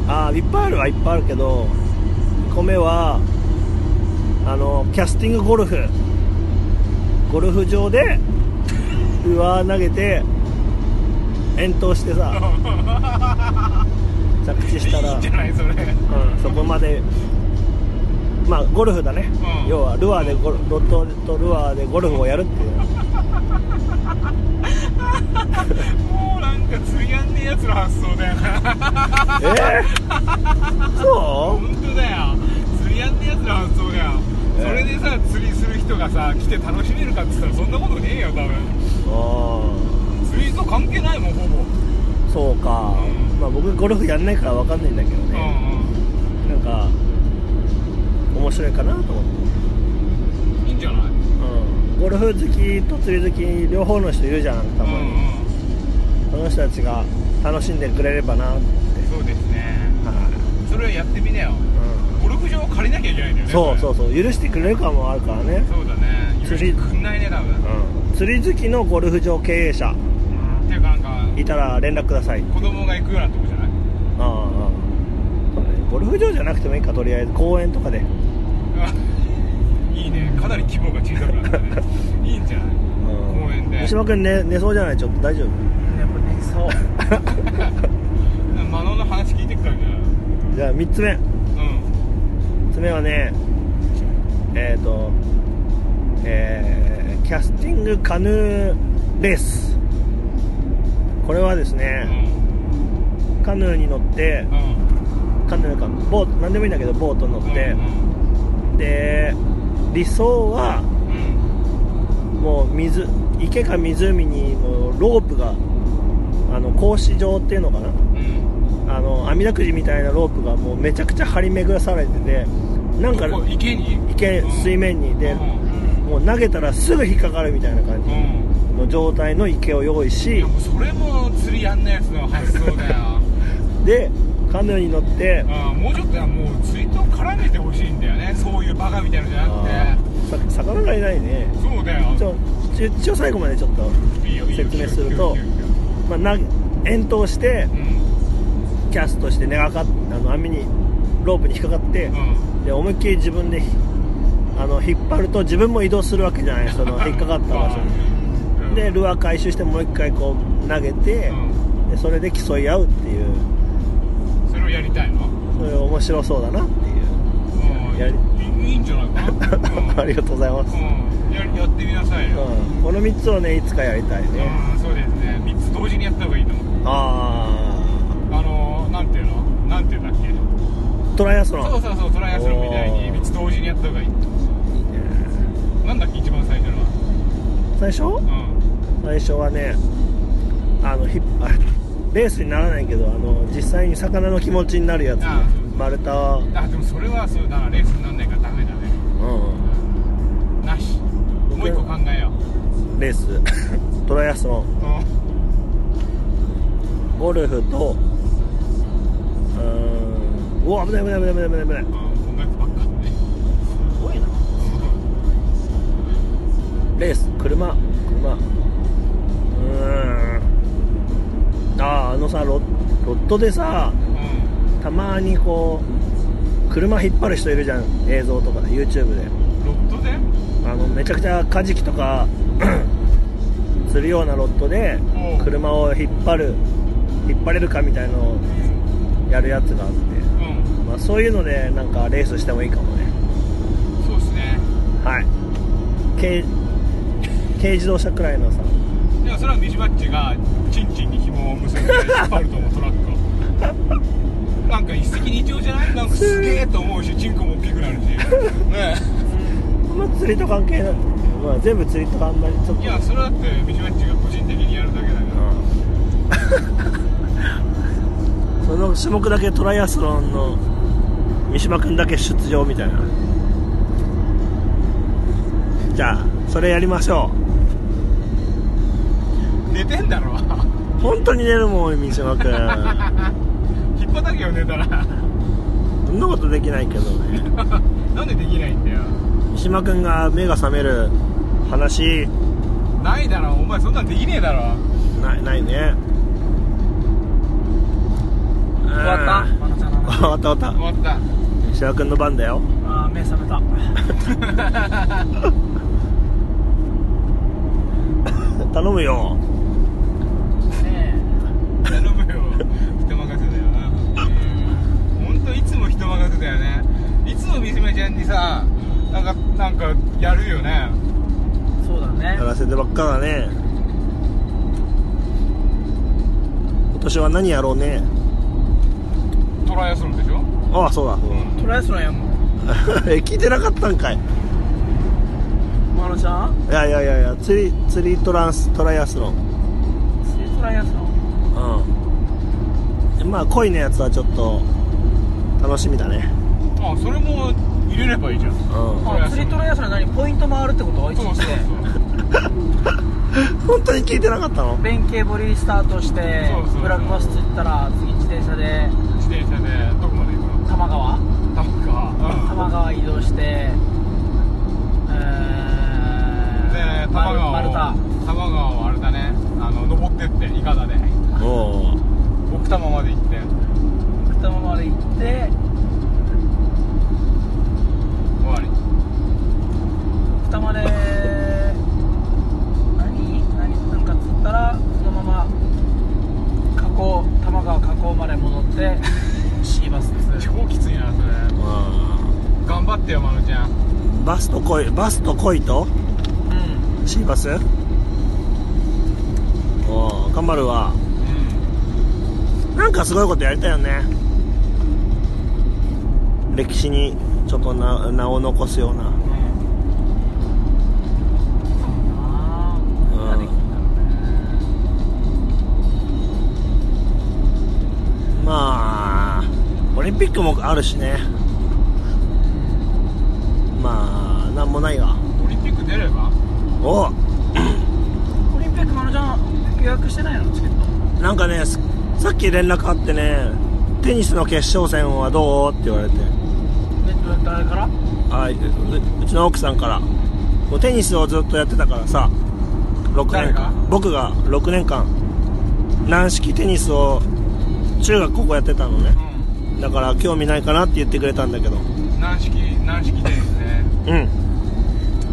あーいっぱいあるはいっぱいあるけど1個目はあのキャスティングゴルフゴルフ場でうわー投げて遠投して さ着地いいしたらんじゃないそれうん、そこまでまあゴルフだね、うん要はルアーでゴルロットとルアーでゴルフをやるっていうもうなんか釣りやんねえやつの発想 だよなえー、そ本当だよ釣りやんねえやつの発想だよえそれでさ釣りする人がさ来て楽しめるかっつったらそんなことねえよ多分うあ釣りと関係ないもんほぼーそうか、うんまあ僕ゴルフやんないからわかんないんだけどうんね、うなんか面白いかなと思って、んいいんじゃないうん、ゴルフ好きと釣り好き両方の人いるじゃんたまうんに、その人たちが楽しんでくれればなってうんそうですねはいそれはやってみなようゴルフ場を借りなきゃいけないんだよんねそうそううそう許してくれるかもあるからね、そうだね許してくんないね多分、うん、釣り好きのゴルフ場経営者っていうかなんかいたら連絡ください子供が行くようなとこじゃない ああああそうねゴルフ場じゃなくてもいいかとりあえず公園とかでうんいいねかなり規模が小さくなったねいいんじゃない公園で三島君寝寝そうじゃないちょっと大丈夫やっぱねそうマノの話聞いてくからじゃじゃあ3つ目うん3つ目はねえっ、ー、とえー、キャスティングカヌーレースこれはですうね、んカヌーに乗ってうんカヌーかボート何でもいいんだけどボートに乗ってう、んで理想はうんもう水池か湖にもうロープがあの格子状っていうのかうんなあの網だくじみたいなロープがもうめちゃくちゃ張り巡らされててなんかここ池に池水面にでうんもう投げたらすぐ引っかかるみたいな感うじんの状態の池を用意いしやもうそれも釣りやんないやつの発想 だよでカヌーに乗ってあもうちょっとはもう釣りと絡めてほしいんだよねそういうバカみたいなのじゃなあくーさ魚がいないねてそうだよちょちょ一応最後までちょっと、いいよいいよ説明するといいよいいよいいよまあ、な遠投してうんキャストして根がかっあの網にロープに引っかかって、うんで思いっきり自分であの引っ張ると自分も移動するわけじゃないその引っかかった場所に 所でルアー回収してもう一回こう投げて、でそれで競い合うっていうそれをやりたいのそれ面白そうだなっていううんやりいいいんじゃないか なありがとうございます、うんややってみなさいよ、うん、この3つをねいつかやりたいうんね、そうですね3つ同時にやった方がいいと思うああのー、なんていうのなんていうんだっけあトライアスロンそうそうそうトライアスロンみたいにおー3つ同時にやった方がいいなんだっけ一番最初のは最初うん最初はねあのひあレースにならないけどあの実際に魚の気持ちになるやつあそう丸太うんあでもそれはそうだからレースになんないからダメだねなし僕もう一個考えよレース トライアスロンう、うんゴルフとうーんうわ危ない危ない危ない危ない危ない危ないうん、こんなやつばっかだねすごいなレース車車うーんあああのさロロットでさうたまにこう車引っ張る人いるじゃん映像とか YouTube でんロットであのめちゃくちゃカジキとか するようなロットでうん車を引っ張る引っ張れるかみたいのをやるやつがあって、うんまあ、そういうのでなんかレースしてもいいかもねそうですねはい軽軽自動車くらいのさいやそれはミジマッチがチンチンに紐を結んで引っ張ると思うトラ ックをなんか一石二鳥じゃないなんかすげえと思うしチンコも大きくなるしねまあ釣りと関係ない、まあ、全部釣りとかあんまりちょっとえいやそれだってミジマッチが個人的にやるだけだからその種目だけトライアスロンの三島君だけ出場みたいなじゃあそれやりましょ寝てんだろう 本当に寝るもん三島 君引っ張ったけよ寝たら そんなことできないけどねなんでできないんだよ三島君が目が覚める話ないだろお前そんなんできねえだろないないね終終わったマナちゃんの話終わった終わっ終わったた三島君の番だよあー目覚め た頼むよね頼むよ人任せだよな本当いつも人任せだよねいつも三島ちゃんにさなんかなんかやるよねえそうだねやらせてばっかだね今年は何やろうねトライアスロンでしょああそうだそうトライアスロンやんのだ え聞いてなかったんかいマナちゃんいやいやいやいや釣り釣りトランストライアスロン釣りトライアスロンうんでまあ恋のやつはちょっと楽しみだねあそれも入れればいいじゃんうんトライアあスロン釣りトライアスロン何ポイント回るってこと一そう日そうそうで本当に聞いてなかったの弁慶堀スタートしてそうそうそうブラックバス釣ったら次自転車で自転車でどこまで行くの多摩川タッ多カ摩川移動してえーでー多摩川を丸太多摩川をあれだねあの登ってってイカダでおお奥多摩まで行って奥多摩まで行って終わり奥多摩で何何なんか釣ったらそのまま河口多摩川河口まで戻って シーバス釣る超きついなそれ頑張ってよまるちゃんバスと恋バスと恋とうんシーバスおお頑張るわうんなんかすごいことやりたいよね歴史にちょっとな名を残すようなあうんあできんだろうねまあオリンピックもあるしねまあなんもないがオリンピック出ればおうオリン局予約してないのチケットなんかねすさっき連絡あってねテニスの決勝戦はどうって言われてえっと誰からあううちの奥さんからもうテニスをずっとやってたからさ6誰年が間僕が6年間軟式テニスを中学高校やってたのねうだから興味ないかなって言ってくれたんだけどん軟式軟式テニスねうん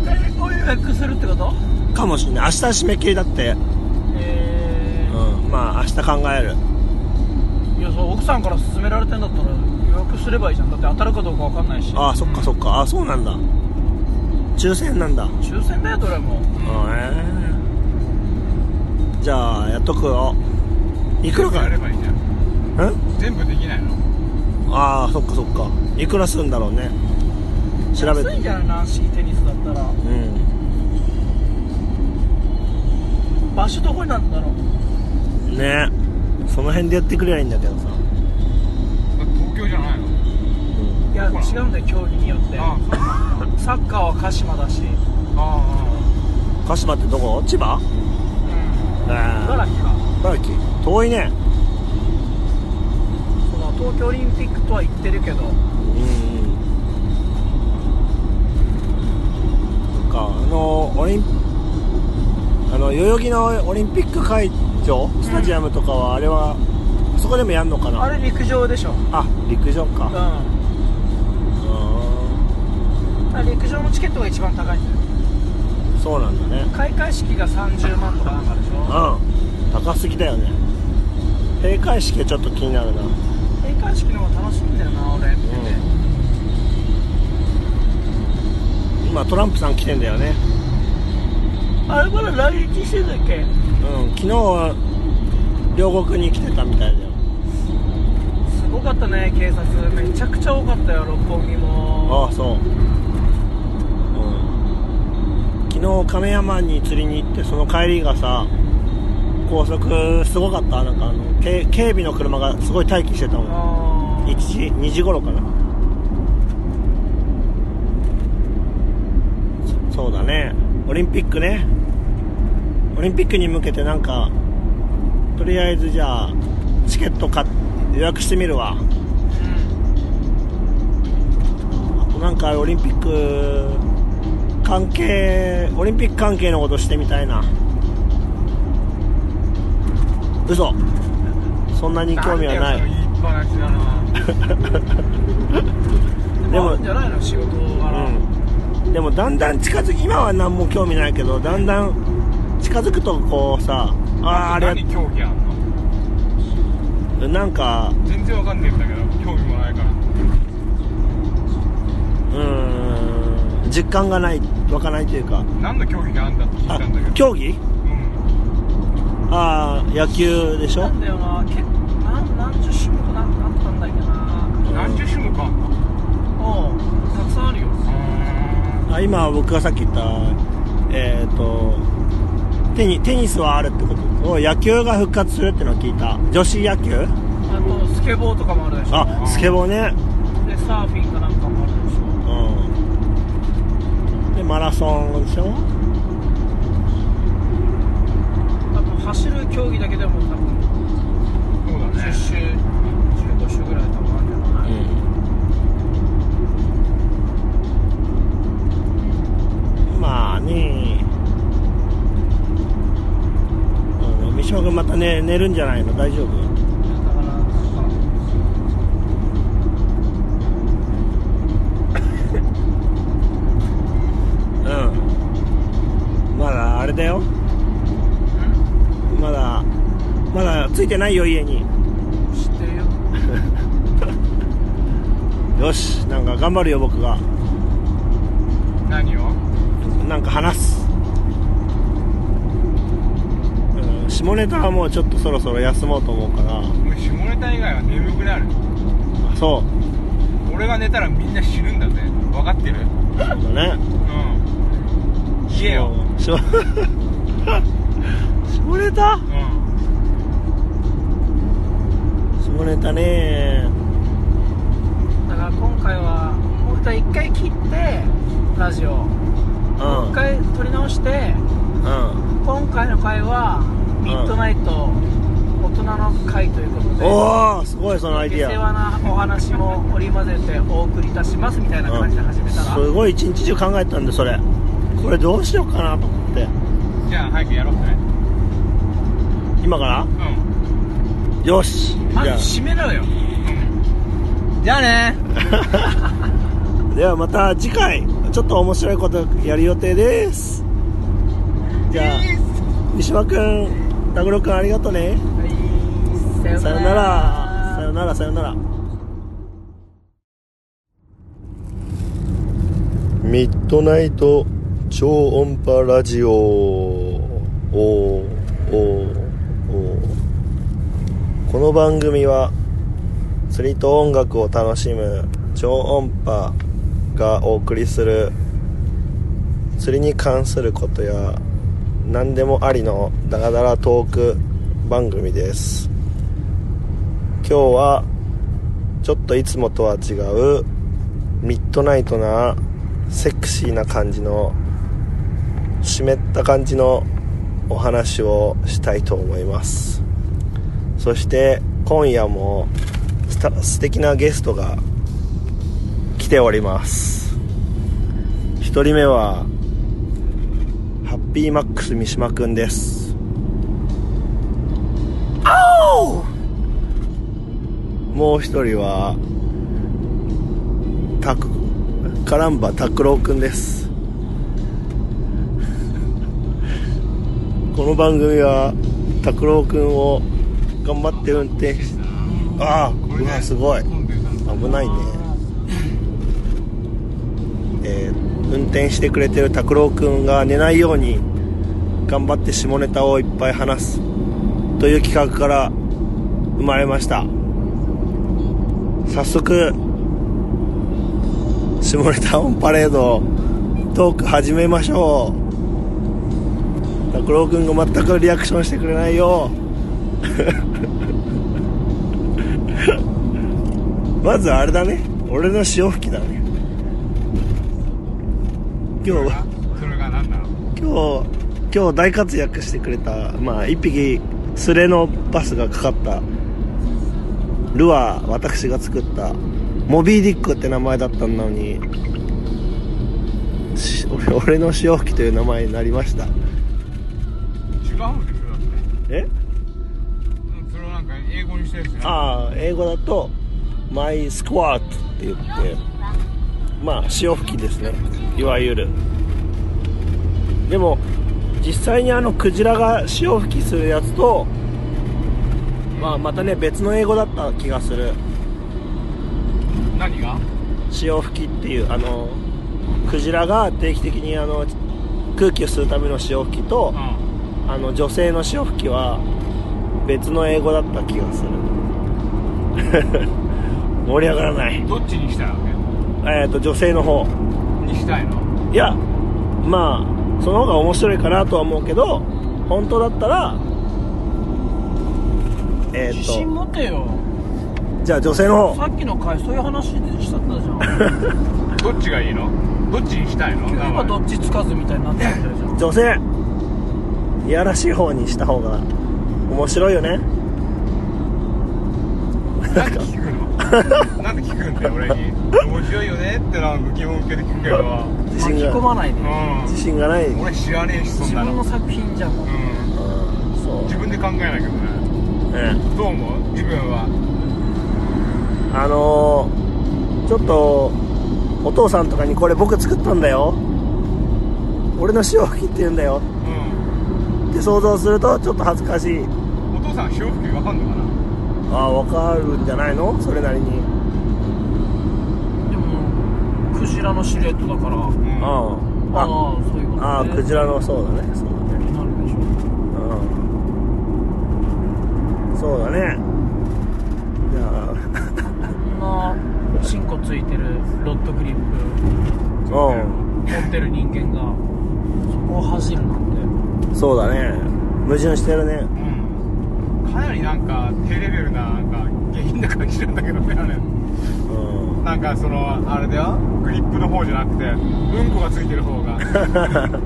えを予約するってことかもしんない明日締め切りだってえうんまあ明日考えるー、いやそう奥さんから勧められてんだったら予約すればいいじゃんだって当たるかどうかわかんないしああそっかそっかあそうなんだ抽選なんだうん抽選だよどれもえーじゃあやっとくよいくらかやればいいじゃんん全部できないのああそっかそっかいくらするんだろうね調べ安いんてじゃない軟式テニスだったらうん場所どこになるんだろうねその辺でやってくれりゃいいんだけどさ、だって東京じゃないのうんいやどこなの違うんだよ競技によってああそうなんだサッカーは鹿島だし、あ鹿島ってどこ千葉うん、あ茨城かあ茨城遠いねその東京オリンピックとは言ってるけうどんなんかあのオリンあの代々木のオリンピック会場スタジアムとかはあれは、あそこでもやんのかなあれ陸上でしょあ陸上うんかうんあ陸上のチケットが一番高いんだよそうなんだね開会式が30万とかなんかでしょうん高すぎだよね閉会式ちょっと気になるな閉会式の方が楽しいんだよな俺見てて、今トランプさん来てんだよねあれまだ来日してたっけうん昨日は両国に来てたみたいだよすごかったね警察めちゃくちゃ多かったよ六本木もああそう、うん、昨日亀山に釣りに行ってその帰りがさ高速すごかったなんかあのけ警備の車がすごい待機してたもんあ1時2時頃かなそそうだねオリンピックねオリンピックに向けてなんかとりあえずじゃあチケット買っ予約してみるわうんあとなんかオリンピック関係オリンピック関係のことしてみたいな嘘そんなに興味はなんだよそのい言いっぱなしだなででももあるんじゃないの仕事柄、うん、でもだんだん近づき今は何も興味ないけどだんだん近づくとこうさあああれ何競技あんのなんか全然わかんねえんだけど興味もないからうーん実感がない湧かないというか何の競技があんだって聞いたあんだけど競技うんああ野球でしょなんだよな結構なん何十種目なんかあったんだっけな何十種目あんのおうたくさんあるよあ今僕がさっき言ったえっ、とテニテニスはあるってことを野球が復活するってのを聞いた女子野球あとスケボーとかもあるでしょあスケボーねでサーフィンかなんかもあるでしょうんでマラソンでしょあと走る競技だけでも多分そうだ10ね周15周ぐらい多分あるんじゃない、まあねあの三島君またね寝るんじゃないの大丈夫だからなんうんまだあれだよまだまだついてないよ家にか知ってるよよしなんか頑張るよ僕が何をなんか話す、うん、下ネタはもうちょっとそろそろ休もうと思うからもう下ネタ以外は眠くなるあそう俺が寝たらみんな死ぬんだぜ分かってるそうだねうん言えよ 下下ネタうん下ネタねだから今回はもう一回切ってラジオうん一回撮り直してうん今回の回はミッドナイト大人の会ということでおおすごいそのアイデ下世ィア話なお話も織り交ぜてお送りいたしますみたいな感じで始めたら、すごい一日中考えたんでそれこれどうしようかなと思ってじゃあ早くやろうってね今からうんよしまじずゃ締めろよじゃあねあではまた次回ちょっと面白いことやる予定ですじゃあ三島君田黒君ありがとうねはいさよさよならさよならさよならミッドナイト超音波ラジオおーおーおーこの番組は釣りと音楽を楽しむ超音波がお送りする釣りに関することや何でもありのダラダラトーク番組です今日はちょっといつもとは違うミッドナイトなセクシーな感じの湿った感じのお話をしたいと思いますそして今夜もすた素敵なゲストが来ております1人目はハッピーマックス三島くんですもう一人はタクカランバ拓郎くんです この番組は拓郎くんを頑張って運転しああうわすごい混んでるな危ないねえー運転してくれてる拓郎くんが寝ないように頑張って下ネタをいっぱい話すという企画から生まれました早速下ネタオンパレードトーク始めましょう拓郎くんが全くリアクションしてくれないよ まずあれだね俺の潮吹きだね今日はそれが何なの今日今日大活躍してくれたまあ一匹スレのバスがかかったルアー私が作ったモビーディックって名前だったのにし 俺俺の潮吹きという名前になりました違うんですよだってえうんそれをなんか英語にしたやつじゃないああ英語だとマイスクワットって言ってまあ潮吹きですねいわゆるでも実際にあのクジラが潮吹きするやつと、まあ、またね別の英語だった気がする何が潮吹きっていうあのクジラが定期的にあの空気を吸うための潮吹きとうあの女性の潮吹きは別の英語だった気がする 盛り上がらないんどっちにしたいわえー、と女性の方けにしたいのいやまあその方が面白いかなとは思うけど本当だったらえ自っ、信持てよとじゃあ女性の方さっきの回そういう話でしたった じゃんどっちがいいのどっちにしたいの名今前どっちつかずみたいになってるみたいじゃん女性いやらしい方にした方が面白いよねなんで聞くのなんで聞くんだよ俺に面白いよねってなんか疑問受けて聞くけど自巻信きが込まないでう自信がないん俺知らねえしそん自な分のの作品じゃんもううんうんそう自分で考えないけどねねどう思う自分はあのー、ちょっとお父さんとかにこれ僕作ったんだよ俺の塩吹きって言うんだようって想像するとちょっと恥ずかしいんお父さん潮吹きわかんのかなああ分かるんじゃないのそれなりにでもクジラのシルエットだからうあんあああそういうことねああクジラのそうだねそうだねなるでしょうんそうだねじゃこんなチンコついてるロッドグリップあう持ってる人間がそこを走るなんんそうだね矛盾してるねうんかなりなんか低レベルななんか下品な感じなんだけどねあれうん なんかそのあれだよグリップの方じゃなくてうんこがついてる方がうんあのの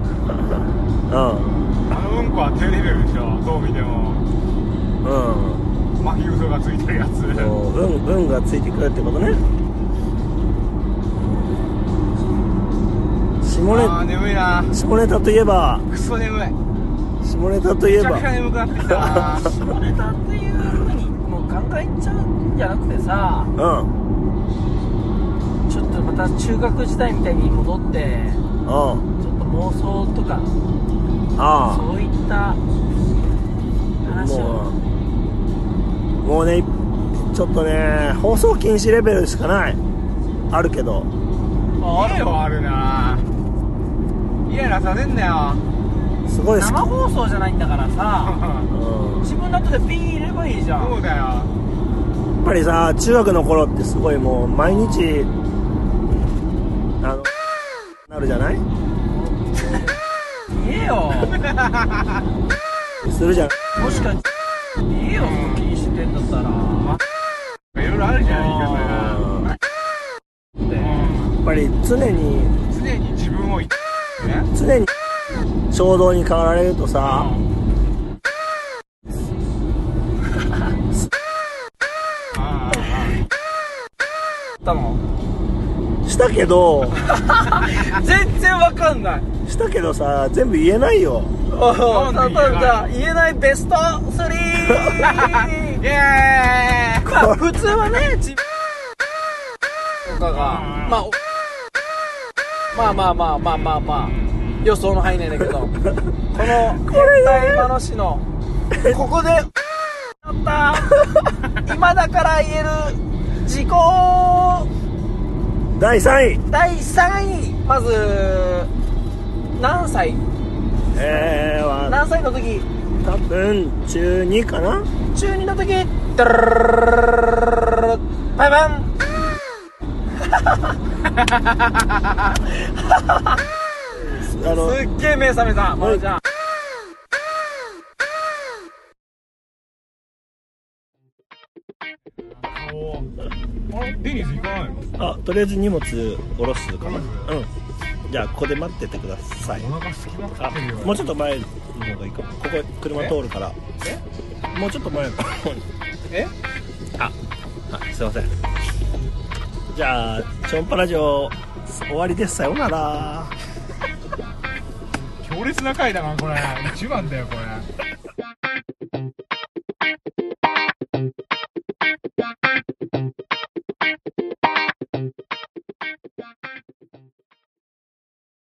うんこは低レベルでしょどう見てもうんまあ郵送がついてるやつもう運運がついてくるってことね下ネああ眠いな下ネタといえばクソ眠い下ネタといめえちゃばくちゃ眠くなってきた な下ネタっていうふうにもう考えちゃうんじゃなくてさうんちょっとまた中学時代みたいに戻ってうんちょっと妄想とかああそういった話もをうもうねちょっとね放送禁止レベルしかないあるけどあ家はあるな嫌なさねんだよすごい好き生放送じゃないんだからさうん自分の後でピー入ればいいじゃそうんだよやっぱりさ中学の頃ってすごいもう毎日あのなるじゃない言えよするじゃんもしかして言えよ気にしてんだったらいろいろあるじゃん言い方がうんやってっぱり常にうん常に自分をいね常に衝動に変わられるとさああたのしたけど全然わかんないしたけどさ全部言えないよおおなんで例えばじゃあ言えないベスト 3! イエーイまあ普通はね自分とかがうんまあおまあまあまあまあまあまあ予想の範囲内だけどこの現代馬主のここでやった 今だから言える自己第3位第3位まず何歳えーは何歳の時多分中2かな中二の時ドゥルルルルルルルルバイバンあのすっげえ目覚めたまるちゃんおーあれデニス行かないのあとりあえず荷物下ろすかなうんじゃあここで待っててくださいお腹すきまくあってるよもうちょっと前の方がいいかもここ車通るからもうちょっと前の方にえああすいませんじゃあチョンパラジオ終わりですさようなら強烈な回だなこれ一番だよこれ